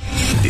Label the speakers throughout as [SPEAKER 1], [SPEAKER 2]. [SPEAKER 1] The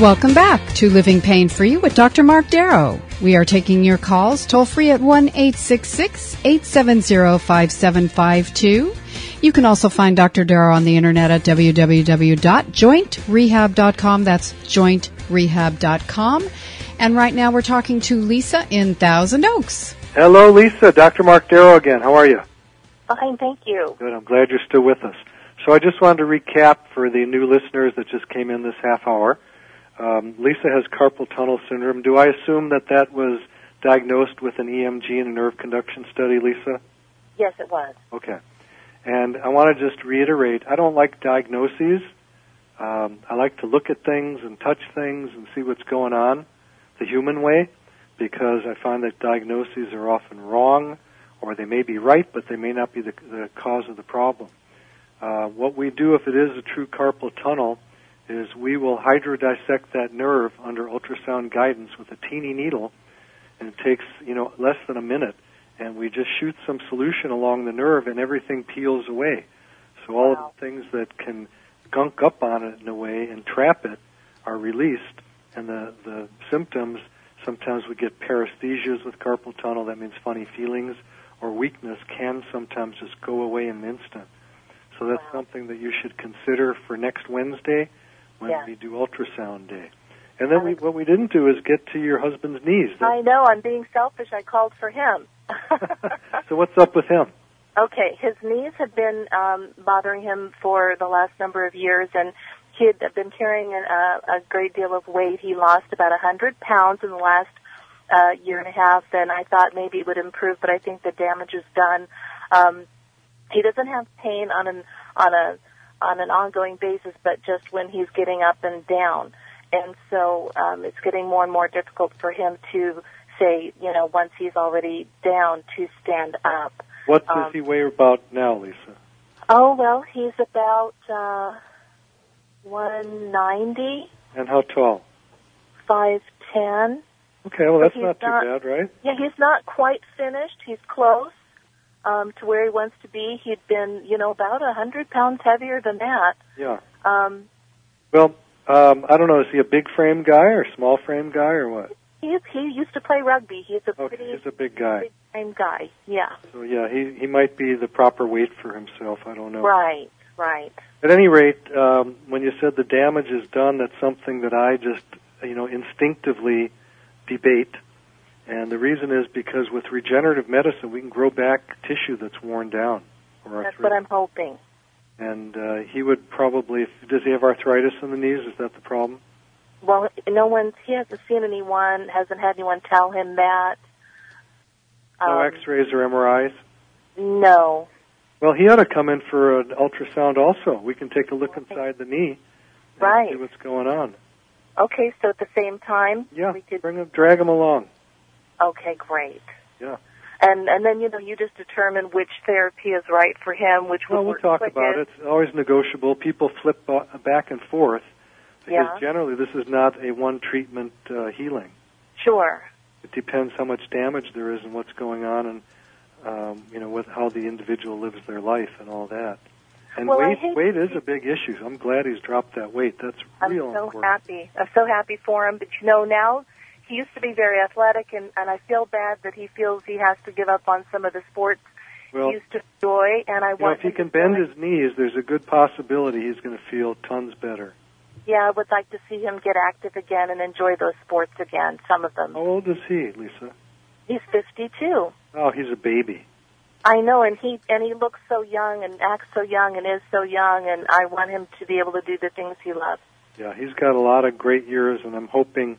[SPEAKER 2] Welcome back to Living Pain Free with Dr. Mark Darrow. We are taking your calls toll free at 1 866 870 5752. You can also find Dr. Darrow on the internet at www.jointrehab.com. That's jointrehab.com. And right now we're talking to Lisa in Thousand Oaks.
[SPEAKER 3] Hello, Lisa. Dr. Mark Darrow again. How are you?
[SPEAKER 4] Fine, thank you.
[SPEAKER 3] Good. I'm glad you're still with us. So I just wanted to recap for the new listeners that just came in this half hour. Um, Lisa has carpal tunnel syndrome. Do I assume that that was diagnosed with an E EMG and a nerve conduction study, Lisa?
[SPEAKER 4] Yes, it was.
[SPEAKER 3] Okay. And I want to just reiterate I don't like diagnoses. Um, I like to look at things and touch things and see what's going on the human way because I find that diagnoses are often wrong or they may be right, but they may not be the, the cause of the problem. Uh, what we do if it is a true carpal tunnel is we will hydrodissect that nerve under ultrasound guidance with a teeny needle, and it takes you know less than a minute, and we just shoot some solution along the nerve, and everything peels away. So all
[SPEAKER 4] Wow.
[SPEAKER 3] of the things that can gunk up on it in a way and trap it are released, and the the symptoms sometimes we get paresthesias with carpal tunnel. That means funny feelings or weakness can sometimes just go away in an instant. So that's
[SPEAKER 4] Wow.
[SPEAKER 3] something that you should consider for next Wednesday when
[SPEAKER 4] Yeah.
[SPEAKER 3] we do ultrasound day. And then we, what we didn't do is get to your husband's knees.
[SPEAKER 4] I know, I'm being selfish. I called for him.
[SPEAKER 3] so what's up with him?
[SPEAKER 4] okay, his knees had been um, bothering him for the last number of years, and he had been carrying an, uh, a great deal of weight. He lost about a 100 pounds in the last uh, year and a half, and I thought maybe it would improve, but I think the damage is done. Um, he doesn't have pain on an on a on an ongoing basis, but just when he's getting up and down. And so um, it's getting more and more difficult for him to say, you know, once he's already down, to stand up.
[SPEAKER 3] What does
[SPEAKER 4] Um,
[SPEAKER 3] he weigh about now, Lisa?
[SPEAKER 4] Oh well, he's about uh, one ninety,
[SPEAKER 3] And how tall?
[SPEAKER 4] five ten.
[SPEAKER 3] Okay, well that's
[SPEAKER 4] He's
[SPEAKER 3] not too
[SPEAKER 4] not-
[SPEAKER 3] bad, right?
[SPEAKER 4] Yeah, he's not quite finished. He's close um, to where he wants to be. He'd been, you know, about a hundred pounds heavier than that.
[SPEAKER 3] Yeah.
[SPEAKER 4] Um,
[SPEAKER 3] Well, um, I don't know. Is he a big frame guy or small frame guy or what?
[SPEAKER 4] he's he used to play rugby. He's a
[SPEAKER 3] Okay,
[SPEAKER 4] pretty
[SPEAKER 3] Oh, he's a big guy.
[SPEAKER 4] big time guy. Yeah,
[SPEAKER 3] So yeah, he he might be the proper weight for himself. I don't know.
[SPEAKER 4] right, right.
[SPEAKER 3] At any rate, um, when you said the damage is done, that's something that I just, you know, instinctively debate. And the reason is because with regenerative medicine, we can grow back tissue that's worn down. Or
[SPEAKER 4] That's what I'm hoping.
[SPEAKER 3] And uh, he would probably. Does he have arthritis in the knees? Is that the problem?
[SPEAKER 4] Well, no one's he hasn't seen anyone, hasn't had anyone tell him that.
[SPEAKER 3] no
[SPEAKER 4] Um,
[SPEAKER 3] X-rays or MRIs.
[SPEAKER 4] No.
[SPEAKER 3] Well, he ought to come in for an ultrasound also. We can take a look inside the knee. and
[SPEAKER 4] Right.
[SPEAKER 3] See what's going on.
[SPEAKER 4] Okay, so at the same time,
[SPEAKER 3] Yeah.
[SPEAKER 4] we could.
[SPEAKER 3] Bring him, drag him along.
[SPEAKER 4] Okay, great.
[SPEAKER 3] Yeah.
[SPEAKER 4] And and then you know you just determine which therapy is right for him, which
[SPEAKER 3] Well,
[SPEAKER 4] would
[SPEAKER 3] we'll
[SPEAKER 4] work
[SPEAKER 3] talk
[SPEAKER 4] quickest.
[SPEAKER 3] about it. It's always negotiable. People flip ba- back and forth because
[SPEAKER 4] Yeah.
[SPEAKER 3] generally this is not a one treatment uh, healing.
[SPEAKER 4] Sure.
[SPEAKER 3] It depends how much damage there is and what's going on, and um, you know what, how the individual lives their life and all that. And
[SPEAKER 4] Well, I
[SPEAKER 3] weight
[SPEAKER 4] hate-
[SPEAKER 3] weight is a big issue. I'm glad he's dropped that weight. That's
[SPEAKER 4] I'm
[SPEAKER 3] real
[SPEAKER 4] so
[SPEAKER 3] important.
[SPEAKER 4] happy. I'm so happy for him. But you know now he used to be very athletic, and and I feel bad that he feels he has to give up on some of the sports
[SPEAKER 3] Well,
[SPEAKER 4] used to joy, and I
[SPEAKER 3] You know,
[SPEAKER 4] want
[SPEAKER 3] if he
[SPEAKER 4] him
[SPEAKER 3] can
[SPEAKER 4] to
[SPEAKER 3] bend
[SPEAKER 4] joy.
[SPEAKER 3] his knees, there's a good possibility he's going to feel tons better.
[SPEAKER 4] Yeah, I would like to see him get active again and enjoy those sports again. Some of them.
[SPEAKER 3] How old is he, Lisa?
[SPEAKER 4] He's 52.
[SPEAKER 3] Oh, he's a baby.
[SPEAKER 4] I know, and he and he looks so young and acts so young and is so young, and I want him to be able to do the things he loves.
[SPEAKER 3] Yeah, he's got a lot of great years, and I'm hoping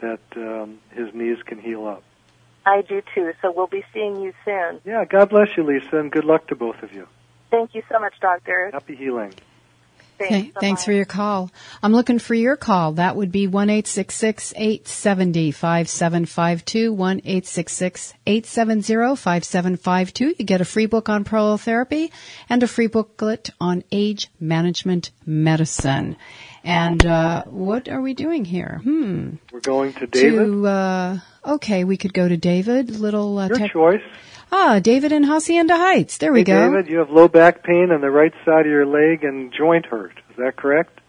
[SPEAKER 3] that um, his knees can heal up.
[SPEAKER 4] I do too. So we'll be seeing you soon.
[SPEAKER 3] Yeah, God bless you, Lisa, and good luck to both of you.
[SPEAKER 4] Thank you so much, Doctor.
[SPEAKER 3] Happy healing.
[SPEAKER 4] Thanks.
[SPEAKER 2] Okay, thanks
[SPEAKER 4] Bye-bye.
[SPEAKER 2] for your call. I'm looking for your call. That would be 1 870 5752. 1 870 5752. You get a free book on prolotherapy and a free booklet on age management medicine. And uh, what are we doing here? Hmm.
[SPEAKER 3] We're going to David.
[SPEAKER 2] To, uh, okay, we could go to David. Little uh,
[SPEAKER 3] Your
[SPEAKER 2] tech-
[SPEAKER 3] choice.
[SPEAKER 2] Ah, David in Hacienda Heights. There we
[SPEAKER 3] Hey,
[SPEAKER 2] go.
[SPEAKER 3] David, you have low back pain on the right side of your leg and joint hurt. Is that correct?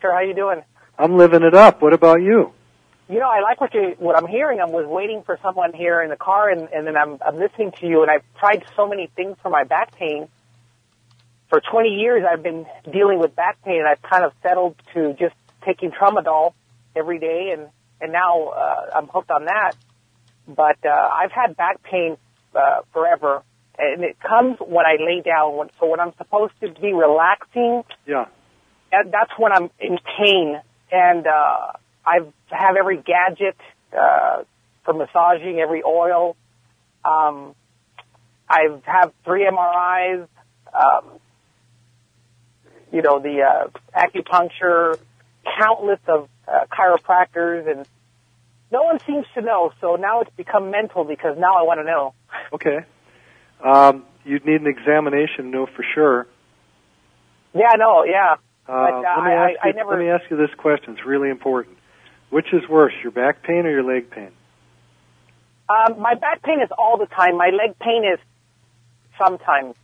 [SPEAKER 5] Sure, how you doing?
[SPEAKER 3] I'm living it up. What about you?
[SPEAKER 5] You know, I like what you what I'm hearing. I was waiting for someone here in the car, and and then I'm I'm listening to you, and I've tried so many things for my back pain. For 20 years, I've been dealing with back pain, and I've kind of settled to just taking Tramadol every day, and and now uh, I'm hooked on that. But uh, I've had back pain uh, forever, and it comes when I lay down. When, so when I'm supposed to be relaxing
[SPEAKER 3] Yeah.
[SPEAKER 5] that, that's when I'm in pain, and uh, I have every gadget uh, for massaging, every oil. Um, I have three MRIs. Um, you know the uh, acupuncture, countless of uh, chiropractors, and no one seems to know. So now it's become mental because now I want to know.
[SPEAKER 3] Okay. Um, you'd need an examination to know for sure.
[SPEAKER 5] Yeah, no, yeah.
[SPEAKER 3] Uh,
[SPEAKER 5] But, uh,
[SPEAKER 3] let, me ask
[SPEAKER 5] I- I-
[SPEAKER 3] you,
[SPEAKER 5] I never-
[SPEAKER 3] let me ask you this question. It's really important. Which is worse, your back pain or your leg pain?
[SPEAKER 5] Um, my back pain is all the time. My leg pain is sometimes.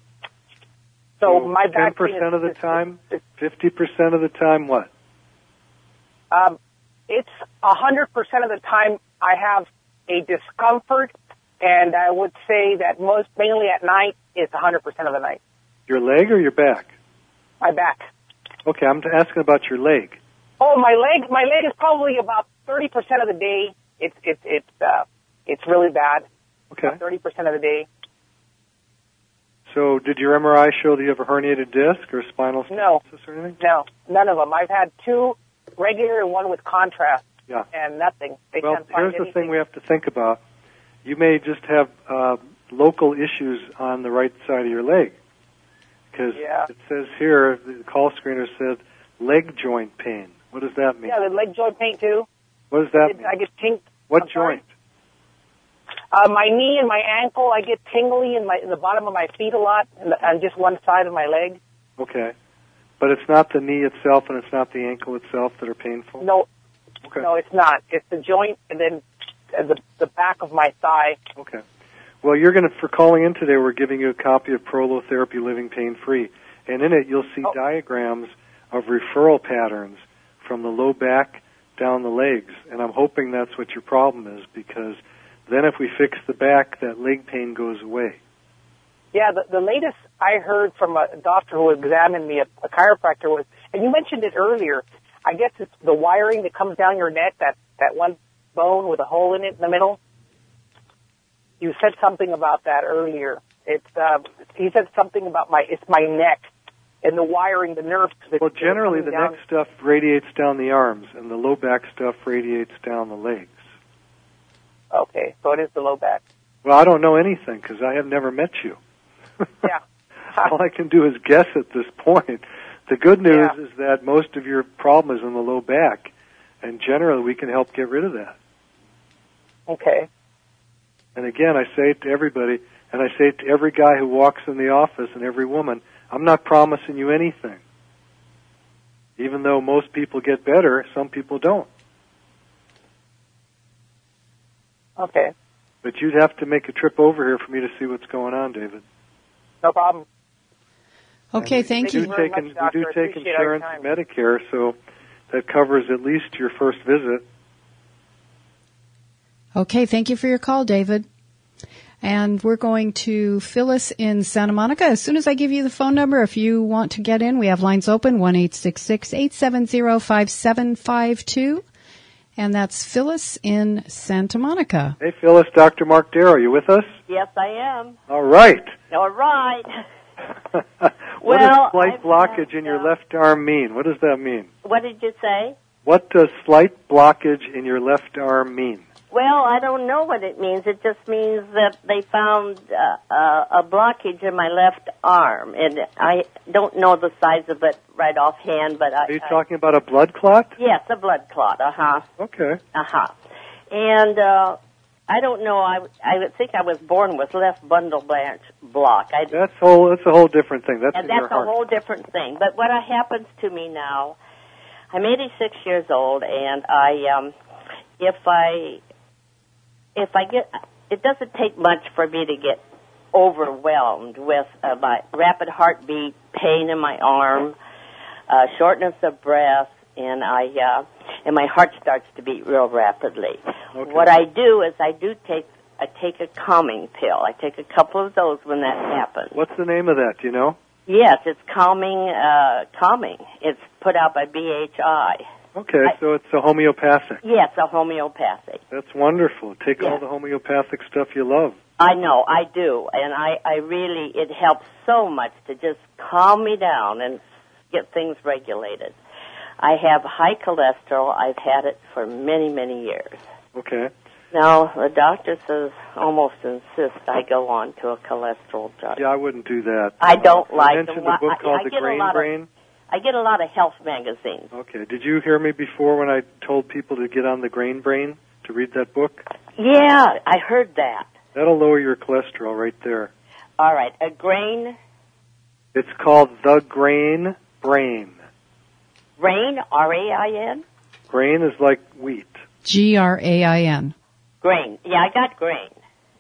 [SPEAKER 5] So my back pain is,
[SPEAKER 3] 10% of the
[SPEAKER 5] is-
[SPEAKER 3] time,
[SPEAKER 5] is-
[SPEAKER 3] 50% of the time, what?
[SPEAKER 5] um, it's a hundred percent of the time I have a discomfort, and I would say that most mainly at night it's a hundred percent of the night.
[SPEAKER 3] Your leg or your back?
[SPEAKER 5] My back.
[SPEAKER 3] Okay, I'm asking about your leg.
[SPEAKER 5] Oh, my leg. My leg is probably about thirty percent of the day. It's it's it's uh, it's really bad.
[SPEAKER 3] Okay.
[SPEAKER 5] Thirty percent of the day.
[SPEAKER 3] So, did your MRI show that you have a herniated disc or spinal
[SPEAKER 5] No.
[SPEAKER 3] stenosis or anything?
[SPEAKER 5] No, none of them. I've had two regular and one with contrast.
[SPEAKER 3] Yeah.
[SPEAKER 5] And nothing. They
[SPEAKER 3] Well,
[SPEAKER 5] can't find
[SPEAKER 3] here's the
[SPEAKER 5] anything.
[SPEAKER 3] thing we have to think about. You may just have uh, local issues on the right side of your leg. Because
[SPEAKER 5] Yeah.
[SPEAKER 3] it says here, the call screener said leg joint pain. What does that mean?
[SPEAKER 5] Yeah, the leg joint pain too.
[SPEAKER 3] what does that mean?
[SPEAKER 5] I get ting.
[SPEAKER 3] what
[SPEAKER 5] I'm sorry?
[SPEAKER 3] joint?
[SPEAKER 5] Uh, my knee and my ankle. I get tingly in my in the bottom of my feet a lot, and on just one side of my leg.
[SPEAKER 3] Okay. But it's not the knee itself and it's not the ankle itself that are painful?
[SPEAKER 5] No,
[SPEAKER 3] Okay.
[SPEAKER 5] no, it's not. It's the joint and then uh, the the back of my thigh.
[SPEAKER 3] Okay. Well, you're going to, for calling in today, we're giving you a copy of Prolotherapy Living Pain Free. And in it, you'll see
[SPEAKER 5] Oh.
[SPEAKER 3] diagrams of referral patterns from the low back down the legs. And I'm hoping that's what your problem is because then if we fix the back, that leg pain goes away.
[SPEAKER 5] Yeah, the, the latest I heard from a doctor who examined me, a, a chiropractor, was, and you mentioned it earlier. I guess it's the wiring that comes down your neck, that that one bone with a hole in it in the middle. You said something about that earlier. It's uh, he said something about my it's my neck and the wiring, the nerves. that-
[SPEAKER 3] Well,
[SPEAKER 5] that are
[SPEAKER 3] generally,
[SPEAKER 5] coming
[SPEAKER 3] the
[SPEAKER 5] down.
[SPEAKER 3] neck stuff radiates down the arms, and the low back stuff radiates down the legs.
[SPEAKER 5] Okay, so it is the low back.
[SPEAKER 3] Well, I don't know anything because I have never met you.
[SPEAKER 5] Yeah.
[SPEAKER 3] all I can do is guess at this point. The good news
[SPEAKER 5] Yeah.
[SPEAKER 3] is that most of your problem is in the low back, and generally we can help get rid of that.
[SPEAKER 5] okay.
[SPEAKER 3] And again, I say it to everybody, and I say it to every guy who walks in the office and every woman I'm not promising you anything. Even though most people get better, some people don't.
[SPEAKER 5] Okay.
[SPEAKER 3] But you'd have to make a trip over here for me to see what's going on, David.
[SPEAKER 5] No problem.
[SPEAKER 2] Okay, thank
[SPEAKER 5] do
[SPEAKER 2] you.
[SPEAKER 3] We do
[SPEAKER 5] very
[SPEAKER 3] take,
[SPEAKER 5] much,
[SPEAKER 3] in-
[SPEAKER 5] Doctor.
[SPEAKER 3] we do take
[SPEAKER 5] Appreciate our
[SPEAKER 3] insurance and Medicare, so that covers at least your first visit.
[SPEAKER 2] Okay, thank you for your call, David. And we're going to Phyllis in Santa Monica. As soon as I give you the phone number, if you want to get in, we have lines open, 1-866-870-5752. And that's Phyllis in Santa Monica.
[SPEAKER 3] Hey, Phyllis, Dr. Mark Darrow, you with us?
[SPEAKER 6] Yes, I am.
[SPEAKER 3] All right.
[SPEAKER 6] All right.
[SPEAKER 3] what
[SPEAKER 6] Well,
[SPEAKER 3] does slight
[SPEAKER 6] I've
[SPEAKER 3] blockage
[SPEAKER 6] had,
[SPEAKER 3] in your
[SPEAKER 6] uh,
[SPEAKER 3] left arm mean? What does that mean?
[SPEAKER 6] What did you say?
[SPEAKER 3] What does slight blockage in your left arm mean?
[SPEAKER 6] Well, I don't know what it means. It just means that they found uh, uh, a blockage in my left arm, and I don't know the size of it right offhand. But I,
[SPEAKER 3] Are you
[SPEAKER 6] I-
[SPEAKER 3] talking about a blood clot?
[SPEAKER 6] yes, a blood clot. Uh huh.
[SPEAKER 3] Okay.
[SPEAKER 6] Uh huh. And uh, I don't know. I I would think I was born with left bundle branch block. I
[SPEAKER 3] That's whole. That's a whole different thing. That's in
[SPEAKER 6] and
[SPEAKER 3] your
[SPEAKER 6] that's a
[SPEAKER 3] heart.
[SPEAKER 6] whole different thing. But what happens to me now? I'm 86 years old, and I, um, if I, if I get, it doesn't take much for me to get overwhelmed with uh, my rapid heartbeat, pain in my arm, uh, shortness of breath, and I, uh, and my heart starts to beat real rapidly. What I do is I do take. I take a calming pill. I take a couple of those when that happens.
[SPEAKER 3] What's the name of that? Do you know?
[SPEAKER 6] Yes, it's calming. Uh, calming. It's put out by BHI.
[SPEAKER 3] Okay,
[SPEAKER 6] I-
[SPEAKER 3] so it's a homeopathic.
[SPEAKER 6] Yes, a homeopathic.
[SPEAKER 3] That's wonderful. Take
[SPEAKER 6] Yeah.
[SPEAKER 3] all the homeopathic stuff you love.
[SPEAKER 6] I know, I do, and I, I really, it helps so much to just calm me down and get things regulated. I have high cholesterol. I've had it for many, many years.
[SPEAKER 3] Okay.
[SPEAKER 6] Now the doctor says almost insists I go on to a cholesterol drug.
[SPEAKER 3] Yeah, I wouldn't do that. Uh,
[SPEAKER 6] I don't like
[SPEAKER 3] You mentioned
[SPEAKER 6] them.
[SPEAKER 3] a book
[SPEAKER 6] I- I
[SPEAKER 3] called The
[SPEAKER 6] get a
[SPEAKER 3] Grain
[SPEAKER 6] lot of-
[SPEAKER 3] Brain.
[SPEAKER 6] I get a lot of health magazines.
[SPEAKER 3] Okay. Did you hear me before when I told people to get on The Grain Brain to read that book?
[SPEAKER 6] Yeah, I heard that.
[SPEAKER 3] That'll lower your cholesterol right there.
[SPEAKER 6] All right, a grain
[SPEAKER 3] It's called The Grain Brain.
[SPEAKER 6] Rain, R A I N?
[SPEAKER 3] Grain is like wheat.
[SPEAKER 2] G-R-A-I-N.
[SPEAKER 6] Grain. Yeah, I got grain.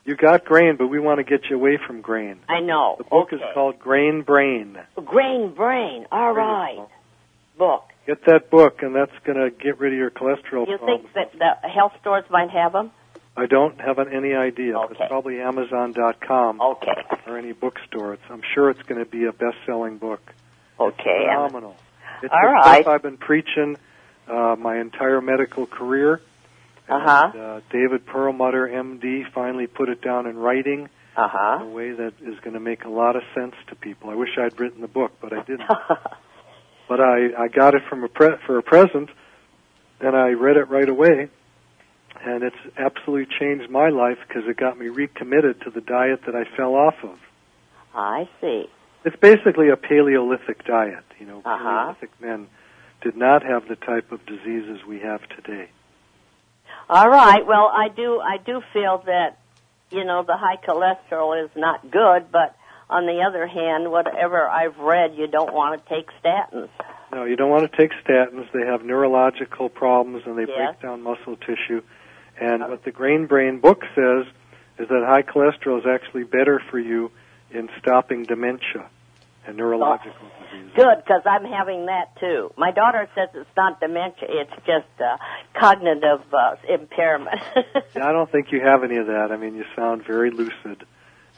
[SPEAKER 3] You got grain, but we want to get you away from grain.
[SPEAKER 6] I know.
[SPEAKER 3] The book is
[SPEAKER 6] Okay.
[SPEAKER 3] called Grain Brain.
[SPEAKER 6] Grain Brain. All right. Book.
[SPEAKER 3] Get that book, and that's going to get rid of your cholesterol
[SPEAKER 6] You
[SPEAKER 3] problems.
[SPEAKER 6] think that the health stores might have them?
[SPEAKER 3] I don't have an- any idea. but
[SPEAKER 6] Okay.
[SPEAKER 3] It's probably Amazon.com
[SPEAKER 6] Okay.
[SPEAKER 3] or any bookstore. It's, I'm sure it's going to be a best-selling book.
[SPEAKER 6] Okay. and-
[SPEAKER 3] Phenomenal. It's
[SPEAKER 6] All
[SPEAKER 3] the
[SPEAKER 6] right.
[SPEAKER 3] stuff I've been preaching uh, my entire medical career. And,
[SPEAKER 6] Uh-huh.
[SPEAKER 3] uh, David Perlmutter, M.D., finally put it down in writing in a
[SPEAKER 6] Uh-huh.
[SPEAKER 3] way that is going to make a lot of sense to people. I wish I'd written the book, but I didn't. but I, I got it from a pre- for a present, and I read it right away, and it's absolutely changed my life because it got me recommitted to the diet that I fell off of.
[SPEAKER 6] I see.
[SPEAKER 3] It's basically a Paleolithic diet. You know,
[SPEAKER 6] Uh-huh.
[SPEAKER 3] Paleolithic men did not have the type of diseases we have today.
[SPEAKER 6] All right. Well, I do I do feel that you know the high cholesterol is not good, but on the other hand, whatever I've read, you don't want to take statins.
[SPEAKER 3] No, you don't want to take statins. They have neurological problems and they
[SPEAKER 6] Yes.
[SPEAKER 3] break down muscle tissue. And what the Grain Brain book says is that high cholesterol is actually better for you in stopping dementia and neurological
[SPEAKER 6] Oh.
[SPEAKER 3] diseases.
[SPEAKER 6] Good, because I'm having that too. My daughter says it's not dementia; it's just uh, cognitive uh, impairment.
[SPEAKER 3] Yeah, I don't think you have any of that. I mean, you sound very lucid,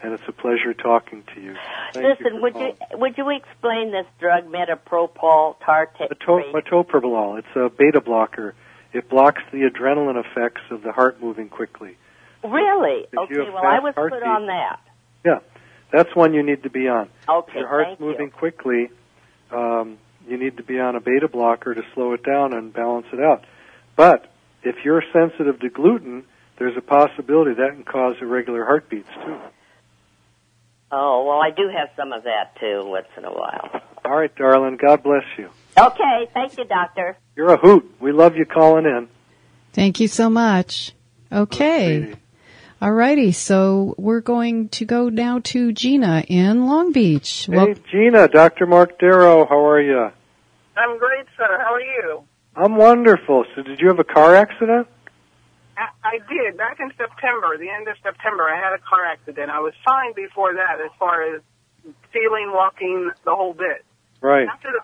[SPEAKER 3] and it's a pleasure talking to you. Thank you
[SPEAKER 6] Listen,
[SPEAKER 3] for
[SPEAKER 6] would
[SPEAKER 3] calling.
[SPEAKER 6] you would you explain this drug metapropyl tartrate?
[SPEAKER 3] Meto- metoprolol. It's a beta blocker. It blocks the adrenaline effects of the heart moving quickly.
[SPEAKER 6] Really?
[SPEAKER 3] If
[SPEAKER 6] Okay.
[SPEAKER 3] you have
[SPEAKER 6] Well, I
[SPEAKER 3] fast
[SPEAKER 6] was
[SPEAKER 3] heartbeat-
[SPEAKER 6] put on that.
[SPEAKER 3] Yeah, that's one you need to be on. If
[SPEAKER 6] Okay.
[SPEAKER 3] your heart's
[SPEAKER 6] thank
[SPEAKER 3] moving
[SPEAKER 6] you.
[SPEAKER 3] quickly, um, you need to be on a beta blocker to slow it down and balance it out. But if you're sensitive to gluten, there's a possibility that can cause irregular heartbeats too.
[SPEAKER 6] Oh well, I do have some of that too, once in a while.
[SPEAKER 3] All right, darling. God bless you.
[SPEAKER 6] Okay. Thank you, doctor.
[SPEAKER 3] You're a hoot. We love you calling in.
[SPEAKER 2] Thank you so much. Okay.
[SPEAKER 3] Sweetie.
[SPEAKER 2] Alrighty. So we're going to go now to Gina in Long Beach.
[SPEAKER 3] Hey, Gina, Dr. Mark Darrow, how are you?
[SPEAKER 7] I'm great, sir. How are you?
[SPEAKER 3] I'm wonderful. So, did you have a car accident?
[SPEAKER 7] I, I did back in September, the end of September. I had a car accident. I was fine before that, as far as feeling, walking, the whole bit.
[SPEAKER 3] Right.
[SPEAKER 7] After the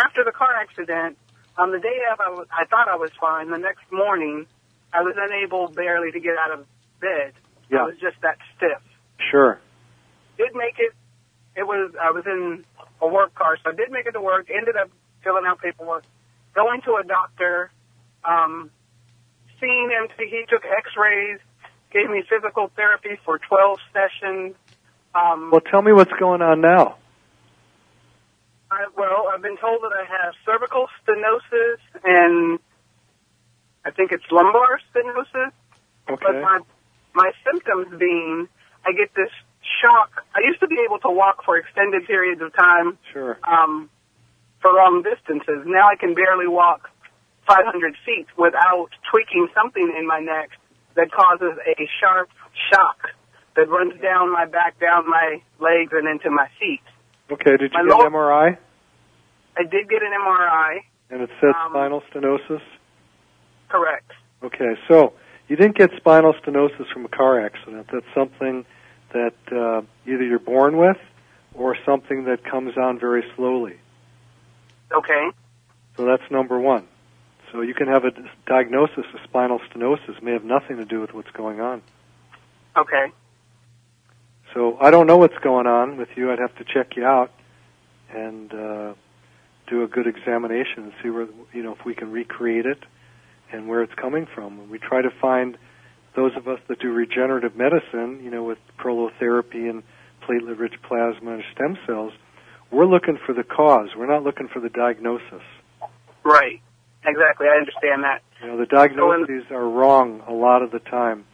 [SPEAKER 7] after the car accident, on the day of, I, was, I thought I was fine. The next morning, I was unable barely to get out of bed.
[SPEAKER 3] Yeah.
[SPEAKER 7] I was just that stiff.
[SPEAKER 3] Sure.
[SPEAKER 7] Did make it. It was I was in a work car, so I did make it to work. Ended up filling out paperwork, going to a doctor, um, seeing him. He took X-rays, gave me physical therapy for 12 sessions. Um,
[SPEAKER 3] Well, tell me what's going on now.
[SPEAKER 7] I, well, I've been told that I have cervical stenosis and I think it's lumbar stenosis. But
[SPEAKER 3] Okay.
[SPEAKER 7] my my symptoms being, I get this shock. I used to be able to walk for extended periods of time,
[SPEAKER 3] Sure.
[SPEAKER 7] um, for long distances. Now I can barely walk 500 feet without tweaking something in my neck that causes a sharp shock that runs down my back, down my legs, and into my feet.
[SPEAKER 3] Okay. Did
[SPEAKER 7] My
[SPEAKER 3] you get an
[SPEAKER 7] lower-
[SPEAKER 3] MRI?
[SPEAKER 7] I did get an MRI.
[SPEAKER 3] And it says
[SPEAKER 7] Um,
[SPEAKER 3] spinal stenosis.
[SPEAKER 7] Correct.
[SPEAKER 3] Okay, so you didn't get spinal stenosis from a car accident. That's something that uh, either you're born with or something that comes on very slowly.
[SPEAKER 7] Okay.
[SPEAKER 3] So that's number one. So you can have a dis- diagnosis of spinal stenosis may have nothing to do with what's going on.
[SPEAKER 7] Okay.
[SPEAKER 3] So I don't know what's going on with you. I'd have to check you out and uh, do a good examination and see where you know if we can recreate it and where it's coming from. We try to find those of us that do regenerative medicine, you know, with prolotherapy and platelet-rich plasma and stem cells. We're looking for the cause. We're not looking for the diagnosis.
[SPEAKER 7] Right. Exactly. I understand that.
[SPEAKER 3] You know, the diagnoses are wrong a lot of the time.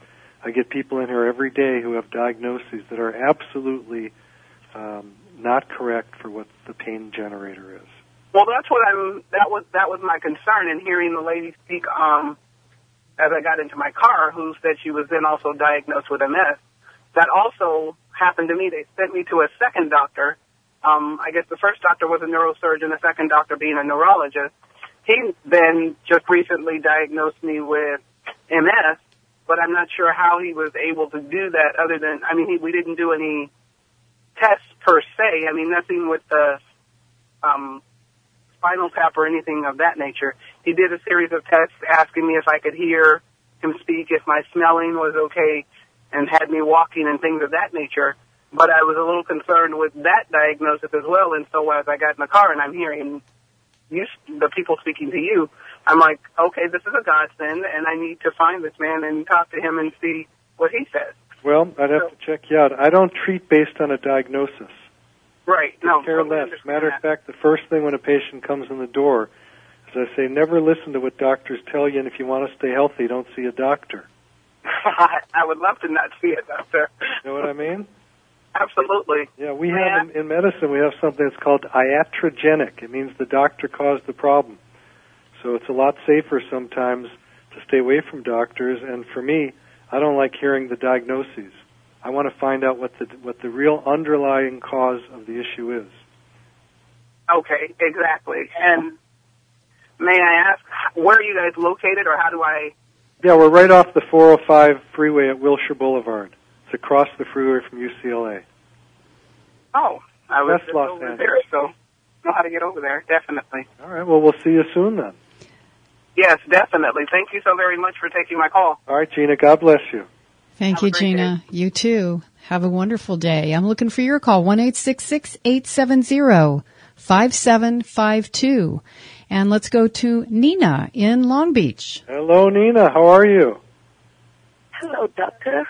[SPEAKER 3] I get people in here every day who have diagnoses that are absolutely um, not correct for what the pain generator is.
[SPEAKER 7] Well, that's what I'm. That was that was my concern in hearing the lady speak. Um, as I got into my car, who said she was then also diagnosed with MS. That also happened to me. They sent me to a second doctor. Um, I guess the first doctor was a neurosurgeon, the second doctor being a neurologist. He then just recently diagnosed me with MS, but I'm not sure how he was able to do that other than, I mean, he, we didn't do any tests per se. I mean, nothing with the um, spinal tap or anything of that nature. He did a series of tests asking me if I could hear him speak, if my smelling was okay, and had me walking and things of that nature. But I was a little concerned with that diagnosis as well, and so as I got in the car and I'm hearing you, the people speaking to you, I'm like, okay, this is a godsend, and I need to find this man and talk to him and see what he says.
[SPEAKER 3] Well, I'd have to check you out. I don't treat based on a diagnosis.
[SPEAKER 7] Right.
[SPEAKER 3] Could
[SPEAKER 7] No.
[SPEAKER 3] care
[SPEAKER 7] totally
[SPEAKER 3] less.
[SPEAKER 7] understand
[SPEAKER 3] Matter
[SPEAKER 7] that.
[SPEAKER 3] of fact, the first thing when a patient comes in the door is I say, never listen to what doctors tell you, and if you want to stay healthy, don't see a doctor.
[SPEAKER 7] I would love to not see it, doctor.
[SPEAKER 3] You know what I mean?
[SPEAKER 7] Absolutely.
[SPEAKER 3] Yeah, we
[SPEAKER 7] Yeah.
[SPEAKER 3] have in, in medicine we have something that's called iatrogenic. It means the doctor caused the problem. So it's a lot safer sometimes to stay away from doctors. And for me, I don't like hearing the diagnoses. I want to find out what the what the real underlying cause of the issue is.
[SPEAKER 7] Okay, exactly. And may I ask, where are you guys located, or how do I?
[SPEAKER 3] Yeah, we're right off the 405 freeway at Wilshire Boulevard. It's across the freeway from UCLA.
[SPEAKER 7] Oh, I was
[SPEAKER 3] That's
[SPEAKER 7] just
[SPEAKER 3] Los
[SPEAKER 7] over
[SPEAKER 3] Angeles.
[SPEAKER 7] there, so know how to get over there. Definitely.
[SPEAKER 3] All right. Well, we'll see you soon then.
[SPEAKER 7] Yes, definitely. Thank you so very much for taking my call.
[SPEAKER 3] All right, Gina. God bless you.
[SPEAKER 2] Thank
[SPEAKER 7] Have a
[SPEAKER 2] you,
[SPEAKER 7] great
[SPEAKER 2] Gina. You too. Have a wonderful day. I'm looking for your call, 1-866-870-5752. And let's go to Nina in Long Beach.
[SPEAKER 3] Hello, Nina. How are you?
[SPEAKER 8] Hello, doctor.